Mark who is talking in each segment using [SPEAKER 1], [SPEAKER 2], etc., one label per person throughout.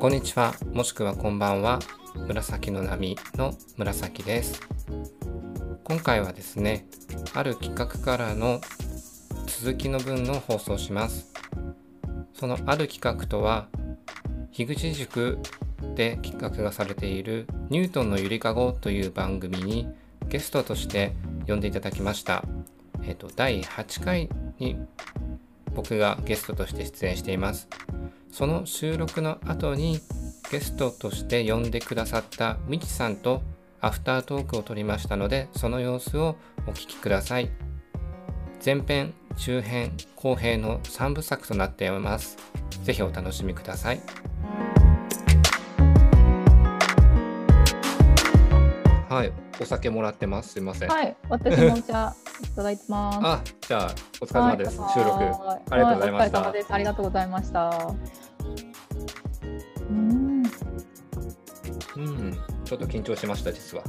[SPEAKER 1] こんにちは、もしくはこんばんは、紫の波の紫です。今回はですね、ある企画からの続きの分の放送をします。そのある企画とは、樋口塾で企画がされているニュートンのゆりかごという番組にゲストとして呼んでいただきました。えっと、第8回に僕がゲストとして出演しています。その収録の後にゲストとして呼んでくださったみちさんとアフタートークを取りましたのでその様子をお聞きください前編中編後編の3部作となっていますぜひお楽しみくださいはいお酒もらってますすいません、
[SPEAKER 2] はい、私もお茶いただいてます。
[SPEAKER 1] あじゃあお疲れ様です、
[SPEAKER 2] はい
[SPEAKER 1] 収録
[SPEAKER 2] は
[SPEAKER 1] ありがとうございました
[SPEAKER 2] はお疲れ様です。ありがとうございました。うん、い
[SPEAKER 1] うんちょっと緊張しました実は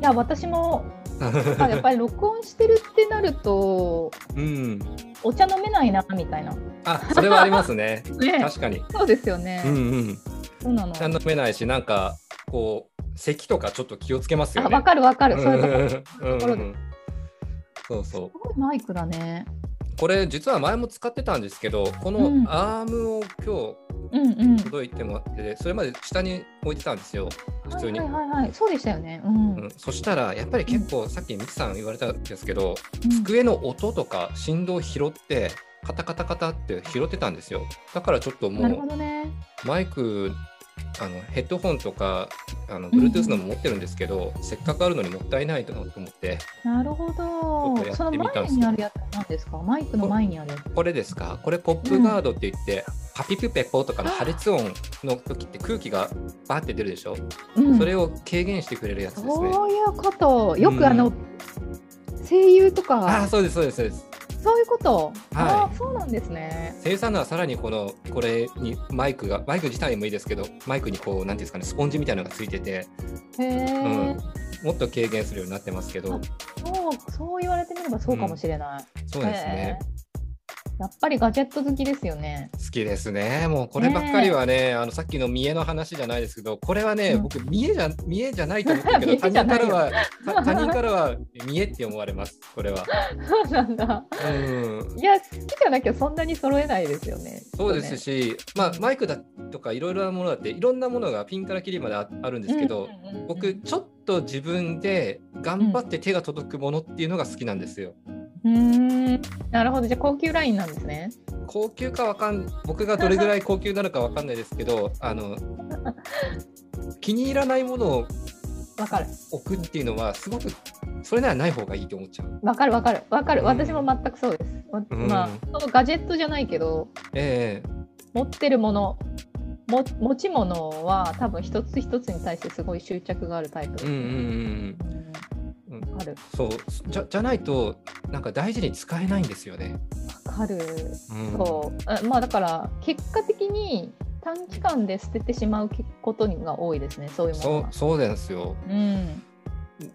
[SPEAKER 2] や、私 も、あやっぱり録音してるってなると、
[SPEAKER 1] うん
[SPEAKER 2] お茶飲めないなみたいな。
[SPEAKER 1] あそれはありますね
[SPEAKER 2] ね、
[SPEAKER 1] 確かに
[SPEAKER 2] そうですよね。
[SPEAKER 1] うんうん
[SPEAKER 2] そうなの。
[SPEAKER 1] ちゃんと飲めないし、なんか、こう、咳とかちょっと気をつけます
[SPEAKER 2] あ、
[SPEAKER 1] よね。
[SPEAKER 2] わかるわかる。そういうとこ。
[SPEAKER 1] うん
[SPEAKER 2] ところ
[SPEAKER 1] うんうんそうそう
[SPEAKER 2] すごいマイクだね。
[SPEAKER 1] これ実は前も使ってたんですけどこの
[SPEAKER 2] うん
[SPEAKER 1] アームを今
[SPEAKER 2] うんうん。
[SPEAKER 1] 日届いてもらっててそれまで下に置いてたんですよ普通に、
[SPEAKER 2] はいはいはいはい。そうでしたよね。うん。
[SPEAKER 1] うん、そしたらやっぱり結構さっきミキさん言われたんですけど
[SPEAKER 2] うん
[SPEAKER 1] 机の音とか振動を拾ってカタカタカタって拾ってたんですよだからちょっとも
[SPEAKER 2] なる
[SPEAKER 1] う
[SPEAKER 2] ほどね。
[SPEAKER 1] マイクあのヘッドホンとかあの
[SPEAKER 2] うんうん
[SPEAKER 1] Bluetooth のも持ってるんですけど、せっかくあるのにもったいないと思って
[SPEAKER 2] なるほ
[SPEAKER 1] ちょっとや
[SPEAKER 2] ど。
[SPEAKER 1] っ
[SPEAKER 2] その
[SPEAKER 1] てみたんで
[SPEAKER 2] 前
[SPEAKER 1] すけど
[SPEAKER 2] にあるやつなんですか。マイクの前にあるやつ。
[SPEAKER 1] これですかこれポップガードって言って、パピプペポとかの破裂音の時って空気がバーって出るでしょ、
[SPEAKER 2] うん
[SPEAKER 1] それを軽減してくれるやつですね
[SPEAKER 2] そういうことよ
[SPEAKER 1] うん
[SPEAKER 2] くあの、声優と
[SPEAKER 1] ああ
[SPEAKER 2] か
[SPEAKER 1] そうですそうですそうです
[SPEAKER 2] そういうこと、
[SPEAKER 1] はい
[SPEAKER 2] あーそうなんですね
[SPEAKER 1] 生産のはさらにこのこれにマイクがマイク自体もいいですけどマイクにこうなんていうんですかねスポンジみたいなのがついてて
[SPEAKER 2] へえ、
[SPEAKER 1] うんもっと軽減するようになってますけど
[SPEAKER 2] あそうそう言われてみればそうかもしれない、
[SPEAKER 1] そうですね
[SPEAKER 2] へーやっぱりガジェット好きですよね
[SPEAKER 1] 好 きですね。もうこればっかりはね、あのさっきの見栄の話じゃないですけど、これはね、
[SPEAKER 2] うん
[SPEAKER 1] 僕見栄じゃ見栄じゃないと思ってるけど、
[SPEAKER 2] 見
[SPEAKER 1] 他
[SPEAKER 2] 栄じゃ
[SPEAKER 1] 人
[SPEAKER 2] な
[SPEAKER 1] か
[SPEAKER 2] い
[SPEAKER 1] ら
[SPEAKER 2] よ
[SPEAKER 1] は他 他人からは見栄って思われます。これは。
[SPEAKER 2] そうなんだ
[SPEAKER 1] うん。
[SPEAKER 2] いや好きじゃなきゃそんなに揃えないですよね
[SPEAKER 1] そうですし、まあマイクだとかいろいろなものだっていろんなものがピンからキリまでああるんですけど、、
[SPEAKER 2] うんうんうんうん
[SPEAKER 1] 僕ちょっと自分で頑張って手が届くものっていうのが好きなんですよ。
[SPEAKER 2] うーんなるほどじゃあ高級ラインなんですね
[SPEAKER 1] 高級かわかん僕がどれぐらい高級なのかわかんないですけど、あの気に入らないものを
[SPEAKER 2] わかる
[SPEAKER 1] 置くっていうのはすごくそれならない方がいいと思っちゃう。
[SPEAKER 2] わかるわかるわかる、
[SPEAKER 1] うん
[SPEAKER 2] 私も全くそうです、わ
[SPEAKER 1] うん
[SPEAKER 2] まあそのガジェットじゃないけど
[SPEAKER 1] ええ
[SPEAKER 2] 持ってるものも持ち物は多分一つ一つに対してすごい執着があるタイプです
[SPEAKER 1] うん
[SPEAKER 2] ね、
[SPEAKER 1] うんうんう。
[SPEAKER 2] うんんわかる
[SPEAKER 1] そうじゃじゃないとなんか大事に使えないんですよね。
[SPEAKER 2] わかる、
[SPEAKER 1] うん、
[SPEAKER 2] そうあまあだから結果的に短期間で捨ててしまうことが多いですねそういうもの
[SPEAKER 1] そ
[SPEAKER 2] は
[SPEAKER 1] うそうなんですよ。
[SPEAKER 2] うん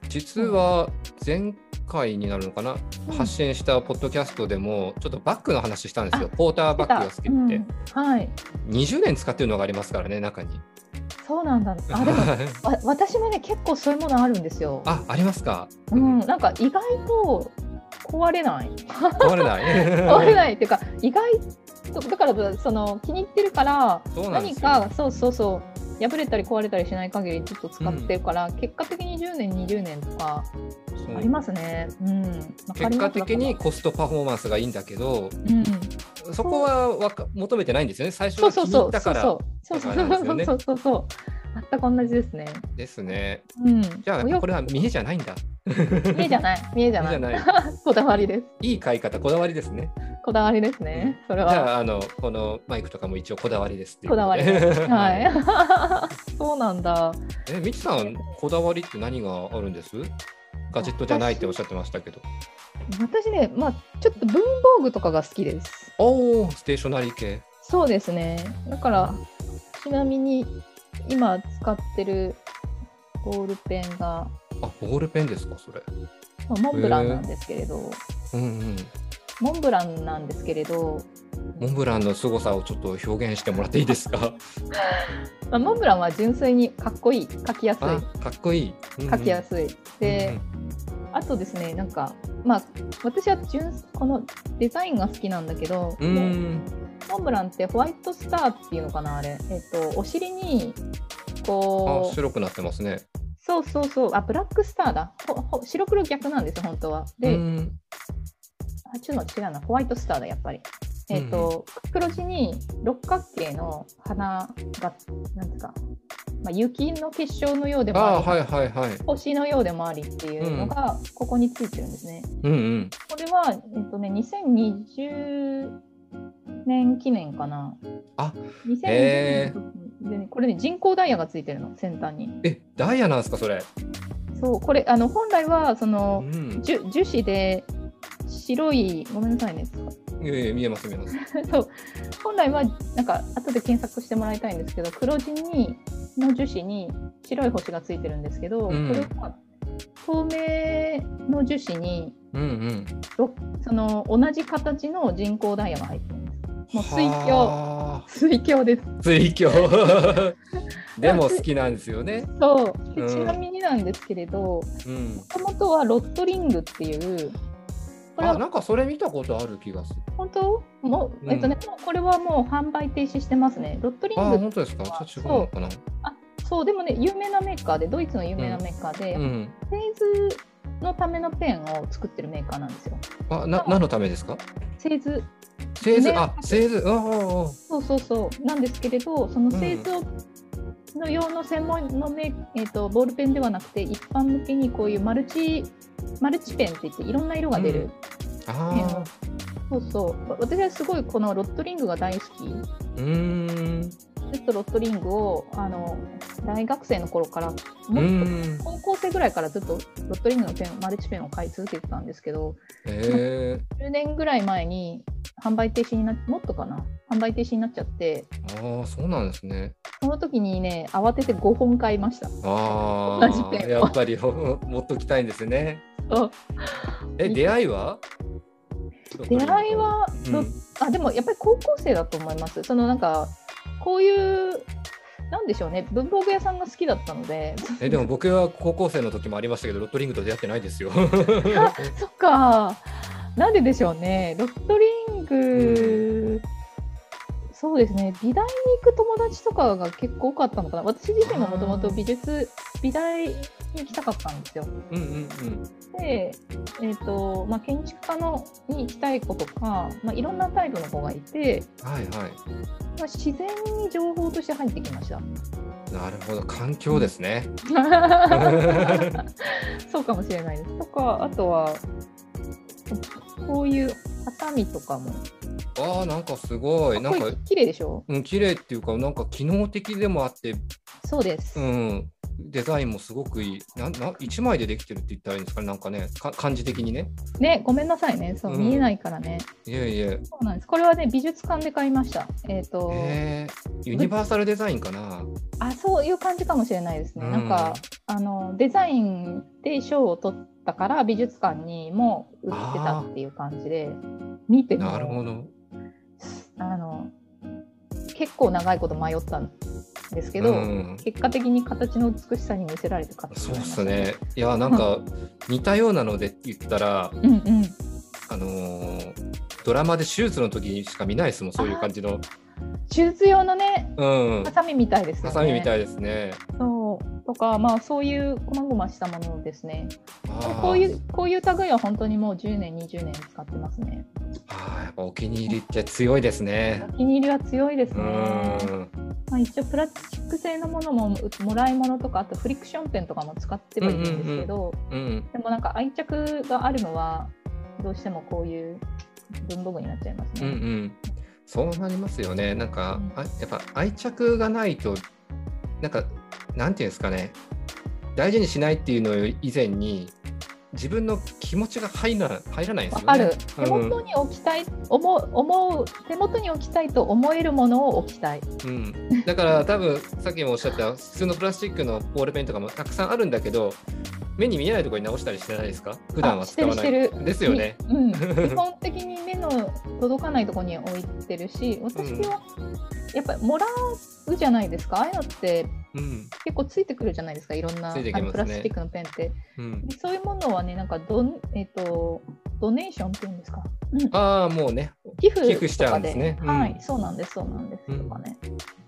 [SPEAKER 1] 実は前回になるのかな、発信したポッドキャストでもちょっとバッグの話したんですよ。ポーターバッグが好きって、
[SPEAKER 2] うんはい
[SPEAKER 1] 20年使ってるのがありますからね中に。
[SPEAKER 2] そうな んだあでもわ私もね結構そういうものあるんですよ
[SPEAKER 1] あありますか。
[SPEAKER 2] うん、なんか意外と壊れない
[SPEAKER 1] 壊れない。
[SPEAKER 2] 壊れ
[SPEAKER 1] い。
[SPEAKER 2] ないっていうか意外とだからその気に入ってるから
[SPEAKER 1] そうなんで
[SPEAKER 2] 何
[SPEAKER 1] すよ。
[SPEAKER 2] かそうそうそう破れたり壊れたりしない限りずっと使ってるから、結果的に10年20年とか
[SPEAKER 1] そう
[SPEAKER 2] ありますね。うん、わかり
[SPEAKER 1] 結果
[SPEAKER 2] ます
[SPEAKER 1] 的に、コストパフォーマンスがいいんだけど、
[SPEAKER 2] うん、
[SPEAKER 1] そこはわか求めてないんですよね。最初
[SPEAKER 2] そ
[SPEAKER 1] は
[SPEAKER 2] う
[SPEAKER 1] 気に入ったか
[SPEAKER 2] そうそうそう
[SPEAKER 1] ら
[SPEAKER 2] そうそう
[SPEAKER 1] だからです
[SPEAKER 2] そ
[SPEAKER 1] よ
[SPEAKER 2] う
[SPEAKER 1] ね
[SPEAKER 2] そうそうそう全く同じですね。
[SPEAKER 1] ですね。
[SPEAKER 2] うん、
[SPEAKER 1] じゃあ
[SPEAKER 2] お洋
[SPEAKER 1] こ
[SPEAKER 2] 服
[SPEAKER 1] れは見栄じゃないんだ。
[SPEAKER 2] 見えじゃない見えじゃ
[SPEAKER 1] 見
[SPEAKER 2] な
[SPEAKER 1] 栄
[SPEAKER 2] い
[SPEAKER 1] じゃない。
[SPEAKER 2] こだわりです
[SPEAKER 1] いい買い方こだわりですね。
[SPEAKER 2] こだわりですね、それ
[SPEAKER 1] じ
[SPEAKER 2] は
[SPEAKER 1] ゃああのこのマイクとかも一応こだわりですっていう。
[SPEAKER 2] こだわりです。はいい、 そうなんだ。
[SPEAKER 1] えみちさんこだわりって何があるんです？ガジェットじゃないっておっしゃってましたけど。
[SPEAKER 2] 私ね、まあちょっと文房具とかが好きです。
[SPEAKER 1] おおステーショナリー系。
[SPEAKER 2] そうですね。だから、ちなみに今使ってるボールペンが、
[SPEAKER 1] あボールペンですかそれ。
[SPEAKER 2] まあモンブランなんですけれど、
[SPEAKER 1] うんうん。
[SPEAKER 2] モンブランなんですけれど、
[SPEAKER 1] モンブランの凄さをちょっと表現してもらっていいですか？
[SPEAKER 2] まあ、モンブランは純粋にかっこいい書きやす
[SPEAKER 1] あ
[SPEAKER 2] い
[SPEAKER 1] かっこいい、うんうん
[SPEAKER 2] 書きやすい、で、
[SPEAKER 1] うん
[SPEAKER 2] あとですねなんかまあ私は純このデザインが好きなんだけど、
[SPEAKER 1] うんう
[SPEAKER 2] もうんモンブランってホワイトスターっていうのかなあれ、えっとお尻に
[SPEAKER 1] あ
[SPEAKER 2] こう
[SPEAKER 1] 白くなってますね
[SPEAKER 2] そうそうそうあブラックスターだほほ白黒逆なんですよ本当はで、
[SPEAKER 1] うん
[SPEAKER 2] あちょっと違うなホワイトスターだやっぱりえっ、と、黒地に六角形の花がなんですか、まあ、雪の結晶のようでもあり
[SPEAKER 1] あーはいはいはい
[SPEAKER 2] 星のようでもありっていうのがここについてるんですね。
[SPEAKER 1] うんうん
[SPEAKER 2] これは、えっとね、2020年記念かな。
[SPEAKER 1] あ
[SPEAKER 2] 2020
[SPEAKER 1] へ
[SPEAKER 2] 年の時でね、これね、人工ダイヤがついてるの、先端に。
[SPEAKER 1] えダイヤなんですかそれ、
[SPEAKER 2] そう、これ、あの本来はそうの、
[SPEAKER 1] ん、
[SPEAKER 2] 樹樹脂で白い、ごめんなさいね、
[SPEAKER 1] いやいや見えます見えます
[SPEAKER 2] そう本来は、なんか、後で検索してもらいたいんですけど、黒地にの樹脂に白い星がついてるんですけど、
[SPEAKER 1] うん
[SPEAKER 2] これは透明の樹脂に、
[SPEAKER 1] うんうん
[SPEAKER 2] どその同じ形の人工ダイヤが入ってるんです。もう水鏡
[SPEAKER 1] は
[SPEAKER 2] 水鏡です。
[SPEAKER 1] ー水 鏡でも好きなんですよね
[SPEAKER 2] そう。
[SPEAKER 1] う
[SPEAKER 2] で
[SPEAKER 1] ん
[SPEAKER 2] ちなみになんですけれど、も
[SPEAKER 1] うん
[SPEAKER 2] ともとはロットリングっていう、これ
[SPEAKER 1] あ
[SPEAKER 2] は
[SPEAKER 1] なんかそれ見たことある気がする
[SPEAKER 2] 本当も
[SPEAKER 1] う
[SPEAKER 2] う、
[SPEAKER 1] ん
[SPEAKER 2] えっとね、もうこれはもう販売停止してますね。ロットリ
[SPEAKER 1] あ
[SPEAKER 2] ング
[SPEAKER 1] 本当ですかじゃあ違うのかな
[SPEAKER 2] そう、でもね、有名なメーカーで、ドイツの有名なメーカーで、
[SPEAKER 1] う
[SPEAKER 2] フ
[SPEAKER 1] ん
[SPEAKER 2] ェーズのためのペンを作ってるメーカーなんですよ。
[SPEAKER 1] あな何のためですか
[SPEAKER 2] 製図
[SPEAKER 1] 製図
[SPEAKER 2] ね
[SPEAKER 1] あ製図うんうんうん
[SPEAKER 2] そうそうそうなんですけれどその製図をの用の専門のメ、えー、とボールペンではなくて一般向けにこういうマルチマルチペンっていっていろんな色が出るペン
[SPEAKER 1] あ
[SPEAKER 2] を、そうそう私はすごいこのロットリングが大好きず
[SPEAKER 1] ーうーん
[SPEAKER 2] っとロットリングをあの大学生の頃から
[SPEAKER 1] う
[SPEAKER 2] もっと
[SPEAKER 1] ん
[SPEAKER 2] 高校生ぐらいからずっとロットリングのペンマルチペンを買い続けてたんですけど
[SPEAKER 1] え
[SPEAKER 2] 10年ぐらい前に販売停止になっもっとかな販売停止になっちゃって
[SPEAKER 1] ー、ああそうなんですね
[SPEAKER 2] その時にね慌てて5本買いました。
[SPEAKER 1] あ
[SPEAKER 2] 同じペン
[SPEAKER 1] あ
[SPEAKER 2] を
[SPEAKER 1] やっぱりほ 持っときたいんですね
[SPEAKER 2] そう
[SPEAKER 1] え出会いは
[SPEAKER 2] 出会いは、
[SPEAKER 1] うん
[SPEAKER 2] どあでもやっぱり高校生だと思いますそのなんかこういうなんでしょうね文房具屋さんが好きだったので
[SPEAKER 1] えでも僕は高校生の時もありましたけどロットリングと出会ってない ですよ
[SPEAKER 2] あそっかなんででしょうねロットリング、そうですね美大に行く友達とかが結構多かったのかな私自身ももともと美術美大に行きたかったんですよ
[SPEAKER 1] うんうんうん
[SPEAKER 2] で、えーとまあ、建築家のに行きたい子とか、まあ、いろんなタイプの子がいて、
[SPEAKER 1] はいはい
[SPEAKER 2] まあ、自然に情報として入ってきま した。
[SPEAKER 1] なるほど環境ですね
[SPEAKER 2] そうかもしれないです。とか、あとは、こういう畳とかも、
[SPEAKER 1] ああなんかすごいな
[SPEAKER 2] かっ
[SPEAKER 1] ん
[SPEAKER 2] こい
[SPEAKER 1] か
[SPEAKER 2] い綺麗でしょ
[SPEAKER 1] うん綺麗っていうかなんか機能的でもあって
[SPEAKER 2] そうです。
[SPEAKER 1] うんデザインもすごくいいなな一枚でできてるって言ったらいいんですかねなんかねか感じ的にね
[SPEAKER 2] ね、ごめんなさいね、そう、
[SPEAKER 1] うん
[SPEAKER 2] 見えないからね。
[SPEAKER 1] いやいやへ
[SPEAKER 2] そうなんです。これはね、美術館で買いました。えっ、と、
[SPEAKER 1] えユニバーサルデザインかな
[SPEAKER 2] あ、そういう感じかもしれないですね。
[SPEAKER 1] うん
[SPEAKER 2] なんか、あの、デザインで賞を取ったから、美術館にも売ってたっていう感じで、見ても
[SPEAKER 1] なるほど
[SPEAKER 2] あの結構長いこと迷ったんですけど、
[SPEAKER 1] うん
[SPEAKER 2] 結果的に形の美しさに魅せられて買ってし
[SPEAKER 1] そう
[SPEAKER 2] まい
[SPEAKER 1] っ
[SPEAKER 2] ました
[SPEAKER 1] すね。いや、なんか似たようなので言ったら、
[SPEAKER 2] うんうん、
[SPEAKER 1] あのードラマで手術の時にしか見ないですもん、そういう感じの。
[SPEAKER 2] 手術用のね
[SPEAKER 1] うん。
[SPEAKER 2] ハサミみたいですよね。
[SPEAKER 1] ハサミみた
[SPEAKER 2] い
[SPEAKER 1] いですね。
[SPEAKER 2] そうとかまあそういうこまごましたものですね。
[SPEAKER 1] あ。
[SPEAKER 2] こういううこういう類は本当にもう10年20年使ってますね。
[SPEAKER 1] ああ、やっぱお気に入りって強いですね。
[SPEAKER 2] お気に入りは強いです
[SPEAKER 1] う
[SPEAKER 2] ね。
[SPEAKER 1] ーん。
[SPEAKER 2] まあ、一応プラスチック製のものももらい物とかあとフリクションペンとかも使ってはいるんですけど。
[SPEAKER 1] うん。
[SPEAKER 2] でもなんか愛着があるのはどうしてもこういう文房具になっちゃいます
[SPEAKER 1] うんう
[SPEAKER 2] ね。
[SPEAKER 1] ん。そうなりますよね。なんか、
[SPEAKER 2] うん
[SPEAKER 1] あやっぱ愛着がないと、なんか、なんていうんですかね。大事にしないっていうのより以前に、自分の気持ちが入ら入らないんです
[SPEAKER 2] わ、
[SPEAKER 1] よ
[SPEAKER 2] か
[SPEAKER 1] ね。
[SPEAKER 2] る。
[SPEAKER 1] うん
[SPEAKER 2] 手元に置きたい、思う思う手元に置きたいと思えるものを置きたい。
[SPEAKER 1] うん、だから多分さっきもおっしゃった普通のプラスチックのボールペンとかもたくさんあるんだけど目に見えないところに直したりしてないですか普段は使わな
[SPEAKER 2] あしてる
[SPEAKER 1] い
[SPEAKER 2] してる
[SPEAKER 1] ですよね。
[SPEAKER 2] にうん。基本的に目の届かないところに置いてるし、私はやっぱりもらうじゃないですかああいうのって
[SPEAKER 1] うん
[SPEAKER 2] 結構ついてくるじゃないですかいろんな、
[SPEAKER 1] ついて
[SPEAKER 2] あ
[SPEAKER 1] きますね
[SPEAKER 2] のプラスチックのペンって
[SPEAKER 1] うん
[SPEAKER 2] でそういうものはねなんかド,、えっとドネーションっていうんですか、うん
[SPEAKER 1] ああもうね
[SPEAKER 2] 寄付
[SPEAKER 1] 寄付しち
[SPEAKER 2] と
[SPEAKER 1] ゃう
[SPEAKER 2] か
[SPEAKER 1] んで
[SPEAKER 2] です
[SPEAKER 1] ねうん
[SPEAKER 2] はい、そうなんですそうなんです、
[SPEAKER 1] うん
[SPEAKER 2] とかね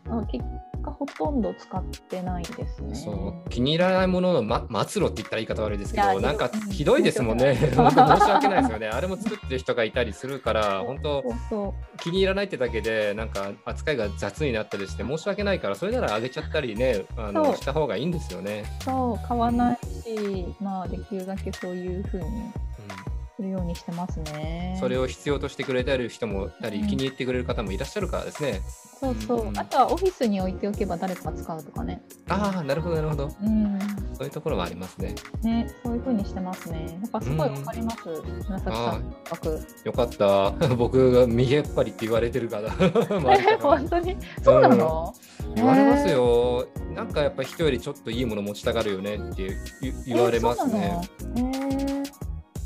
[SPEAKER 2] あ結果ほとんど使ってないですね
[SPEAKER 1] そう気に入らないものの、ま、末路って言ったら言い方悪いですけ
[SPEAKER 2] いや
[SPEAKER 1] ど
[SPEAKER 2] でも
[SPEAKER 1] なんか
[SPEAKER 2] うん
[SPEAKER 1] ひどいですもんね
[SPEAKER 2] ひ ど
[SPEAKER 1] 本
[SPEAKER 2] い
[SPEAKER 1] 当申し訳ないですよねあれも作ってる人がいたりするから本当
[SPEAKER 2] そうそう
[SPEAKER 1] 気に入らないってだけでなんか扱いが雑になったりして申し訳ないからそれならあげちゃったりねあ
[SPEAKER 2] そ
[SPEAKER 1] の
[SPEAKER 2] う
[SPEAKER 1] した方がいいんですよね。
[SPEAKER 2] そう買わないしまあできるだけそういう風にするようにしてます
[SPEAKER 1] う
[SPEAKER 2] ね
[SPEAKER 1] ん、それを必要としてくれてる人もいたり
[SPEAKER 2] うん
[SPEAKER 1] 気に入ってくれる方もいらっしゃるからですね。
[SPEAKER 2] そうそう、
[SPEAKER 1] うん
[SPEAKER 2] あとはオフィスに置いておけば誰かが使うとかね
[SPEAKER 1] ああなるほどなるほど
[SPEAKER 2] うん
[SPEAKER 1] そういうところはありますね。
[SPEAKER 2] ねそういう風にしてますねやっぱすごいわかります、紫さんの感覚
[SPEAKER 1] よかった僕が右やっぱりって言われてる から周りから
[SPEAKER 2] え本当にそうなの、
[SPEAKER 1] 言われますよ、なんかやっぱ人よりちょっといいもの持ちたがるよねっていう言
[SPEAKER 2] えー
[SPEAKER 1] 言われますね。
[SPEAKER 2] えーそうなのえー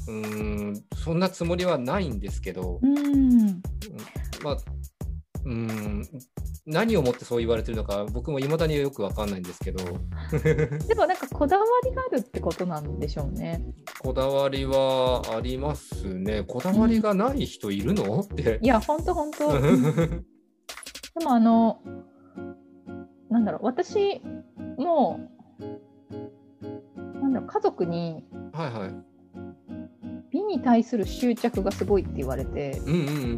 [SPEAKER 1] うーんそんなつもりはないんですけど、
[SPEAKER 2] うん
[SPEAKER 1] まあ、うーん何をもってそう言われてるのか僕もいまだによくわかんないんですけど
[SPEAKER 2] でもなんかこだわりがあるってことなんでしょうね。
[SPEAKER 1] こだわりはありますねこだわりがない人いるのって
[SPEAKER 2] い。や本当本 当。で
[SPEAKER 1] う
[SPEAKER 2] もあのなんだろう私もなんだろう家族に
[SPEAKER 1] んはいはい。
[SPEAKER 2] 美に対する執着がすごいって言われて
[SPEAKER 1] うんうんう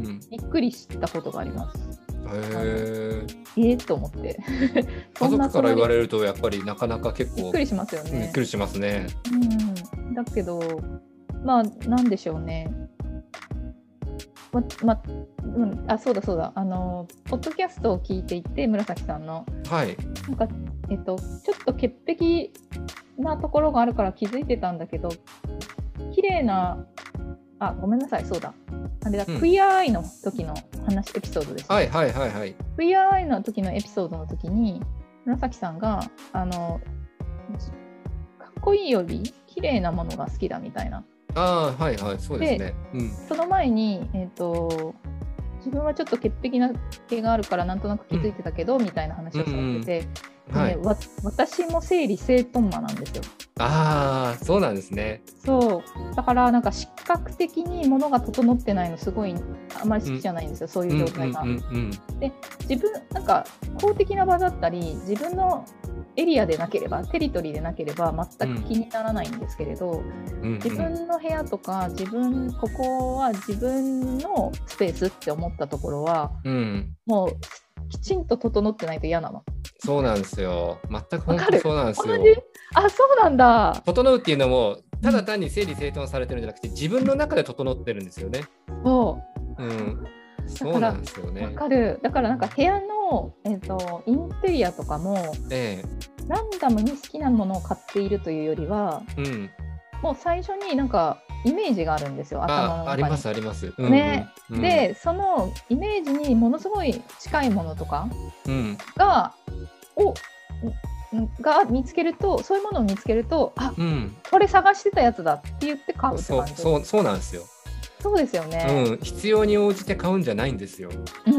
[SPEAKER 1] ん。
[SPEAKER 2] びっくりしたことがあります。
[SPEAKER 1] へえ。
[SPEAKER 2] ええと思って。
[SPEAKER 1] 家族から言わ
[SPEAKER 2] る。
[SPEAKER 1] れるとやっぱりなかなか結
[SPEAKER 2] びっ
[SPEAKER 1] 構
[SPEAKER 2] くりしますよ
[SPEAKER 1] びっ
[SPEAKER 2] ね
[SPEAKER 1] く。りしますね。
[SPEAKER 2] うん、だけどまあなんでしょうねまま、うん、あそうだそうだあのポッドキャストを聞いていて紫さんの
[SPEAKER 1] はい。
[SPEAKER 2] なんかえっとちょっと潔癖なところがあるから気づいてたんだけど綺麗なあごめんなさいそうだあれだ、
[SPEAKER 1] うん
[SPEAKER 2] クイアアイの時の話エピソードですね、
[SPEAKER 1] はいはいはいはい。
[SPEAKER 2] クイアアイの時のエピソードの時に紫さんがあのかっこいいより綺麗なものが好きだみたいな
[SPEAKER 1] ああはいはいそうですね。うん。
[SPEAKER 2] その前に、えー、と自分はちょっと潔癖な毛があるからなんとなく気づいてたけど、みたいな話をされてて、
[SPEAKER 1] は
[SPEAKER 2] で
[SPEAKER 1] い。
[SPEAKER 2] わ私も整理整頓魔なんですよ
[SPEAKER 1] ああそうなんですね。
[SPEAKER 2] そうだからなんか視覚的に物が整ってないのすごいあんまり好きじゃないんですよ、そう
[SPEAKER 1] うん
[SPEAKER 2] い
[SPEAKER 1] うん
[SPEAKER 2] う
[SPEAKER 1] う
[SPEAKER 2] 状態が。
[SPEAKER 1] ん
[SPEAKER 2] 自分なんか公的な場だったり自分のエリアでなければテリトリーでなければ全く気にならないんですけれど、
[SPEAKER 1] うんうん。
[SPEAKER 2] 自分の部屋とか自分ここは自分のスペースって思ったところは
[SPEAKER 1] うん。
[SPEAKER 2] もうきちんと整ってないと嫌なの。
[SPEAKER 1] そうなんですよ。全く本
[SPEAKER 2] わ
[SPEAKER 1] 当
[SPEAKER 2] か
[SPEAKER 1] に
[SPEAKER 2] る
[SPEAKER 1] そうなんです
[SPEAKER 2] 同
[SPEAKER 1] よ。
[SPEAKER 2] じあそうなんだ
[SPEAKER 1] 整うっていうのも、ただ単に整理整頓されてるんじゃなくて、自分の中で整ってるんですよね。
[SPEAKER 2] そ
[SPEAKER 1] うん。そうなんですよ
[SPEAKER 2] うわ
[SPEAKER 1] ね。
[SPEAKER 2] かるだからなんか部屋の、えっとインテリアとかも
[SPEAKER 1] え
[SPEAKER 2] ランダムに好きなものを買っているというよりは
[SPEAKER 1] え。うん。
[SPEAKER 2] もう最初になんかイメージがあるんですよ頭の中
[SPEAKER 1] あ
[SPEAKER 2] に。
[SPEAKER 1] ありますあります。うん
[SPEAKER 2] ね。
[SPEAKER 1] うん、
[SPEAKER 2] でそのイメージにものすごい近いものとか
[SPEAKER 1] うん。
[SPEAKER 2] がをんが見つけるとそういうものを見つけるとあ
[SPEAKER 1] うん。
[SPEAKER 2] これ探してたやつだって言って買うって
[SPEAKER 1] そ
[SPEAKER 2] 感
[SPEAKER 1] う、
[SPEAKER 2] じ
[SPEAKER 1] そう、そうなんですよ。
[SPEAKER 2] そうですよね
[SPEAKER 1] うん。必要に応じて買うんじゃないんですよ。
[SPEAKER 2] う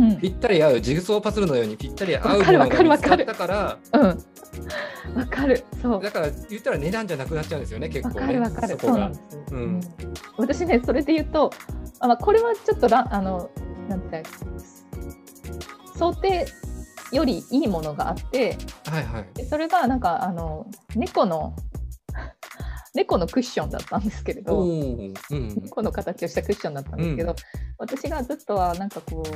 [SPEAKER 2] んうん
[SPEAKER 1] ぴったり合う、ジグソーパズルのようにぴったり合うもの
[SPEAKER 2] わかる
[SPEAKER 1] が
[SPEAKER 2] わ
[SPEAKER 1] 見つ
[SPEAKER 2] か
[SPEAKER 1] かっ
[SPEAKER 2] る
[SPEAKER 1] たから、
[SPEAKER 2] うんわ、かるそう
[SPEAKER 1] だから言ったら値段じゃなくなっちゃうんですよね、結
[SPEAKER 2] わ
[SPEAKER 1] 構
[SPEAKER 2] か
[SPEAKER 1] ね。
[SPEAKER 2] るわかる
[SPEAKER 1] そ
[SPEAKER 2] そう
[SPEAKER 1] こが
[SPEAKER 2] なん。です、
[SPEAKER 1] うん
[SPEAKER 2] 私ねそれで言うとあまあこれはちょっとらあのなんて言ったら想定よりいいものがあって
[SPEAKER 1] はいはい。
[SPEAKER 2] でそれがなんかあの猫の 猫のクッションだったんですけれ
[SPEAKER 1] お
[SPEAKER 2] ど
[SPEAKER 1] おー。うん。
[SPEAKER 2] 猫の形をしたクッションだったんですけど、
[SPEAKER 1] うん
[SPEAKER 2] 私がずっとはなんかこう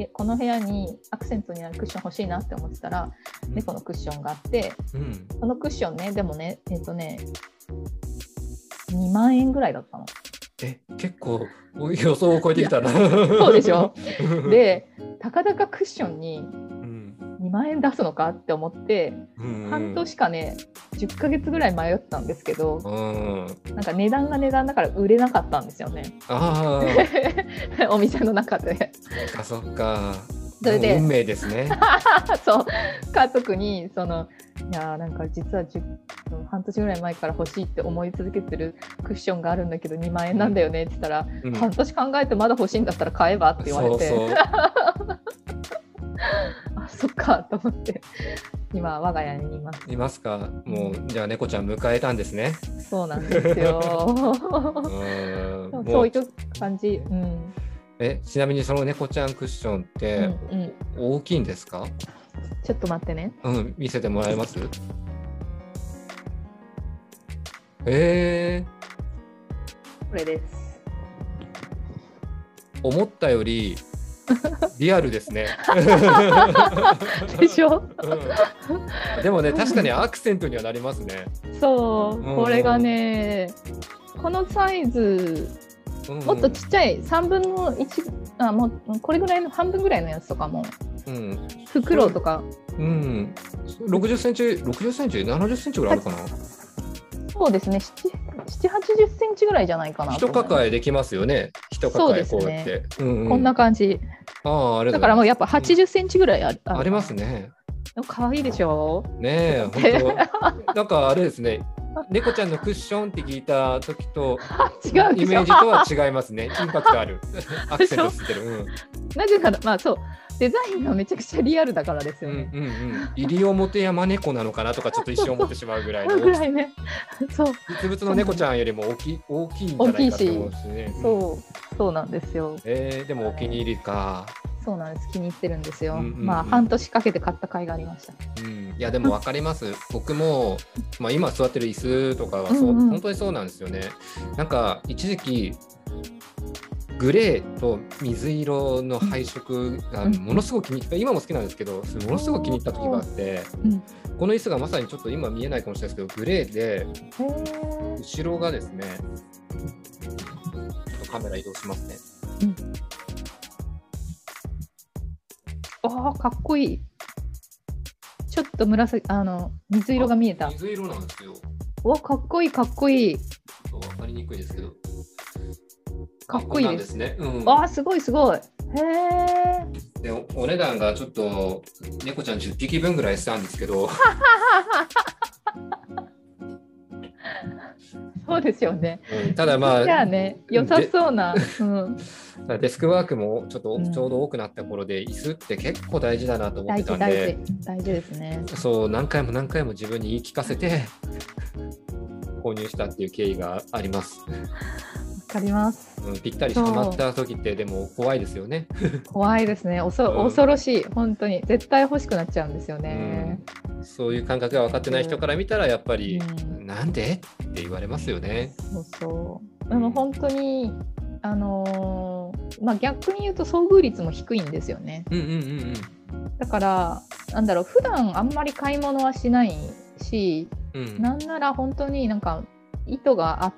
[SPEAKER 2] えこの部屋にアクセントになるクッション欲しいなって思ってたら猫のクッションがあって
[SPEAKER 1] うん。
[SPEAKER 2] このクッションねでもねえっ、とね2万円ぐらいだったの。
[SPEAKER 1] え、結構お予想を超えてきたな。
[SPEAKER 2] そ
[SPEAKER 1] そう
[SPEAKER 2] で し
[SPEAKER 1] ょ、
[SPEAKER 2] ょでたかだかクッションに
[SPEAKER 1] うん
[SPEAKER 2] 2万円出すのかって思って
[SPEAKER 1] うん、
[SPEAKER 2] 半年かね10ヶ月ぐらい迷ったんですけど
[SPEAKER 1] うん。
[SPEAKER 2] なんか値段が値段だから売れなかったんですよね
[SPEAKER 1] あ
[SPEAKER 2] お店の中で。
[SPEAKER 1] あ、そっか。
[SPEAKER 2] それで
[SPEAKER 1] もう運命です ね。
[SPEAKER 2] そう家族にそのいやーなんか実は10半年ぐらい前から欲しいって思い続けてるクッションがあるんだけど2万円なんだよねって言ったら、
[SPEAKER 1] うん
[SPEAKER 2] 半年考えてまだ欲しいんだったら買えばって言われて
[SPEAKER 1] そうそう
[SPEAKER 2] あそっかと思って今我が家にいます
[SPEAKER 1] いますかもうじゃあ猫ちゃん迎えたんですね
[SPEAKER 2] そうなんで す
[SPEAKER 1] う
[SPEAKER 2] よ
[SPEAKER 1] ーん
[SPEAKER 2] でも
[SPEAKER 1] も
[SPEAKER 2] そう
[SPEAKER 1] う
[SPEAKER 2] いう感じうん、
[SPEAKER 1] えちなみにその猫ちゃんクッションっ
[SPEAKER 2] う
[SPEAKER 1] て
[SPEAKER 2] んうん、
[SPEAKER 1] 大きいんですか、
[SPEAKER 2] ちょっと待ってね
[SPEAKER 1] うん、見せてもらえますえー、
[SPEAKER 2] これです
[SPEAKER 1] 思ったよりリアルですね。
[SPEAKER 2] でしょ
[SPEAKER 1] うんでもね確かにアクセントにはなりますね。
[SPEAKER 2] そう
[SPEAKER 1] うん
[SPEAKER 2] これがねこのサイズ
[SPEAKER 1] うん
[SPEAKER 2] もっとちっちゃい3分の1あもうこれぐらいの半分ぐらいのやつとかも
[SPEAKER 1] うん、
[SPEAKER 2] 袋とか
[SPEAKER 1] うん、60センチ60センチ70センチぐらいあるかな。
[SPEAKER 2] そうですね7 7 80センチぐらいじゃないかなと
[SPEAKER 1] 一
[SPEAKER 2] 思います
[SPEAKER 1] 抱えできますよね。一
[SPEAKER 2] そう
[SPEAKER 1] 抱え
[SPEAKER 2] です
[SPEAKER 1] こ
[SPEAKER 2] ね
[SPEAKER 1] うやって。うんうん
[SPEAKER 2] こんな感じ
[SPEAKER 1] ああありがと
[SPEAKER 2] だ
[SPEAKER 1] うございます
[SPEAKER 2] からもうやっぱ80センチぐらいある
[SPEAKER 1] あります
[SPEAKER 2] ね
[SPEAKER 1] ね。
[SPEAKER 2] 可愛いでしょ
[SPEAKER 1] ねえ
[SPEAKER 2] ちょっと待
[SPEAKER 1] 本 当なんかあれですね。猫ちゃんのクッションって聞いた時と
[SPEAKER 2] 違うで
[SPEAKER 1] イ
[SPEAKER 2] し
[SPEAKER 1] メー
[SPEAKER 2] ょ
[SPEAKER 1] ジとは違います ね。インパクトある。アクセントついてる。うん。
[SPEAKER 2] なぜかなまあそうデザインがめちゃくちゃリアルだからです
[SPEAKER 1] う
[SPEAKER 2] よ
[SPEAKER 1] ん
[SPEAKER 2] ね、
[SPEAKER 1] うんうん。西表山猫なのかなとかちょっと一瞬思ってしまうぐらい
[SPEAKER 2] こ
[SPEAKER 1] の
[SPEAKER 2] のぐらいねそう
[SPEAKER 1] 実物の猫ちゃんよりも大きい大きいんじゃないかと思うしね。うん
[SPEAKER 2] そうそうなんですよ
[SPEAKER 1] えー、でもお気に入りか。
[SPEAKER 2] そうなんです気に入ってるんですよ、
[SPEAKER 1] うんうんうん
[SPEAKER 2] まあ半年かけて買った甲斐がありました
[SPEAKER 1] うん、いやでも分かります、僕も、まあ、今座ってる椅子とかはそう、
[SPEAKER 2] うんうん
[SPEAKER 1] 本当にそうなんですよね。なんか一時期グレーと水色の配色が
[SPEAKER 2] うん
[SPEAKER 1] ものすごく気に入った、今も好きなんですけどものすごく気に入った時があって、
[SPEAKER 2] うん
[SPEAKER 1] この椅子がまさにちょっと今見えないかもしれないですけどグレーで
[SPEAKER 2] へえ
[SPEAKER 1] 後ろがですねちょっとカメラ移動しますね
[SPEAKER 2] あーかっこいいちょっと紫あの水色が見えた
[SPEAKER 1] 水色なんですよち
[SPEAKER 2] おかっこいいかっこいい
[SPEAKER 1] ょっと分かりにくいですけど
[SPEAKER 2] かっこいい
[SPEAKER 1] ん
[SPEAKER 2] で
[SPEAKER 1] ですすね、うん、
[SPEAKER 2] あーすごいすごいへえ
[SPEAKER 1] でおお値段がちょっと猫ちゃん10匹分ぐらいしたんですけど
[SPEAKER 2] そうですよね
[SPEAKER 1] うんただま
[SPEAKER 2] じゃあ
[SPEAKER 1] あ
[SPEAKER 2] ね良さそうな、うん、
[SPEAKER 1] デスクワークもちょっと
[SPEAKER 2] うん
[SPEAKER 1] ちょうど多くなった頃で、椅子って結構大事だなと思っ
[SPEAKER 2] 大
[SPEAKER 1] てた
[SPEAKER 2] 事
[SPEAKER 1] ん
[SPEAKER 2] 大
[SPEAKER 1] で
[SPEAKER 2] 事大事ですね
[SPEAKER 1] そう何回も何回も自分に言い聞かせて購入したっていう経緯があります、
[SPEAKER 2] わかります
[SPEAKER 1] うん、ぴったりはまった時ってでも怖いですよね、
[SPEAKER 2] 怖いですねおそ
[SPEAKER 1] うん
[SPEAKER 2] 恐ろしい本当に絶対欲しくなっちゃうんですよね、
[SPEAKER 1] うん、そういう感覚が分かってない人から見たらやっぱり、
[SPEAKER 2] う
[SPEAKER 1] なんでって言われますよね
[SPEAKER 2] そうそうでも本当にあのーまあ逆に言うと遭遇率も低いんですよね
[SPEAKER 1] うんうんうん
[SPEAKER 2] だからなんだろう普段あんまり買い物はしないし
[SPEAKER 1] うんうん
[SPEAKER 2] なんなら本当になんか意図があっ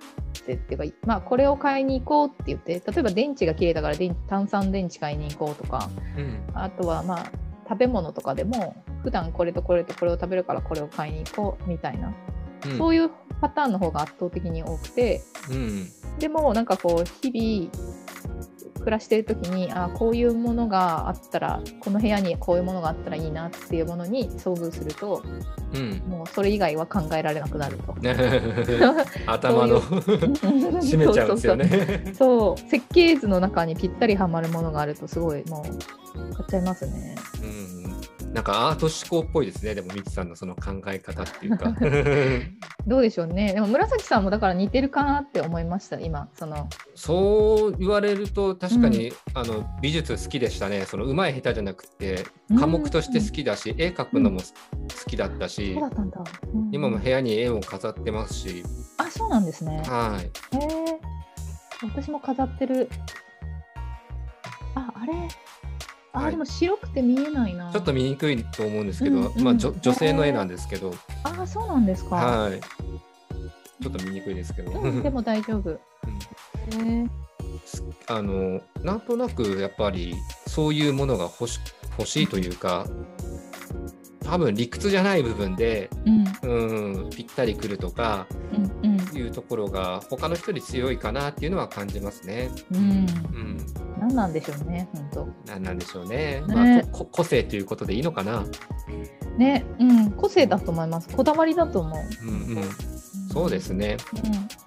[SPEAKER 2] てっていうか、まあ、これを買いに行こうって言って例えば電池が切れたから電炭酸電池買いに行こうとか
[SPEAKER 1] うん
[SPEAKER 2] あとはまあ食べ物とかでも普段これとこれとこれを食べるからこれを買いに行こうみたいな、
[SPEAKER 1] うん
[SPEAKER 2] そういうパターンの方が圧倒的に多くて
[SPEAKER 1] うん
[SPEAKER 2] でもなんかこう日々暮らしてる時にあこういうものがあったらこの部屋にこういうものがあったらいいなっていうものに遭遇すると
[SPEAKER 1] うん。
[SPEAKER 2] もうそれ以外は考えられなくなると
[SPEAKER 1] 頭の締めちゃうんですよね。
[SPEAKER 2] そうそうそう設計図の中にぴったりはまるものがあるとすごいもう買っちゃいますね。
[SPEAKER 1] うんなんかアート思考っぽいですね。でもみちさんのその考え方っていう か。
[SPEAKER 2] どうでしょうね。でも紫さんもだから似てるかなって思いました。今その
[SPEAKER 1] そう言われると確かに、あの美術好きでしたね。その上手い下手じゃなくて科目として好きだし、絵描くのも好きだったし、
[SPEAKER 2] そうだったんだ。うん
[SPEAKER 1] 今も部屋に絵を飾ってますし、
[SPEAKER 2] あそうなんですね。
[SPEAKER 1] はい。
[SPEAKER 2] へえ。私も飾ってる。ああれ。あ、
[SPEAKER 1] はい
[SPEAKER 2] でも白くて見えないな。
[SPEAKER 1] ちょっと見にくいと思うんですけ
[SPEAKER 2] うん
[SPEAKER 1] ど、
[SPEAKER 2] うん
[SPEAKER 1] まあ女女性の絵なんですけど、
[SPEAKER 2] あそうなんですか。
[SPEAKER 1] はい。ちょっと見にくいですけど。
[SPEAKER 2] うん、でも大丈夫。へ
[SPEAKER 1] うん
[SPEAKER 2] え。
[SPEAKER 1] あのなんとなくやっぱりそういうものが欲し欲しいというか多分理屈じゃない部分で、
[SPEAKER 2] うん
[SPEAKER 1] うん、ぴったりくるとか
[SPEAKER 2] うん
[SPEAKER 1] いうところが他の人より強いかなっていうのは感じますね。
[SPEAKER 2] うん。うん。
[SPEAKER 1] うん、
[SPEAKER 2] 何なんでしょうね。本当。
[SPEAKER 1] なんなんでしょうね。まあ
[SPEAKER 2] ね、
[SPEAKER 1] こ個性ということでいいのかな。
[SPEAKER 2] ね、うん、個性だと思います。こだわりだと思う。
[SPEAKER 1] うんうん、そうですね。
[SPEAKER 2] うん。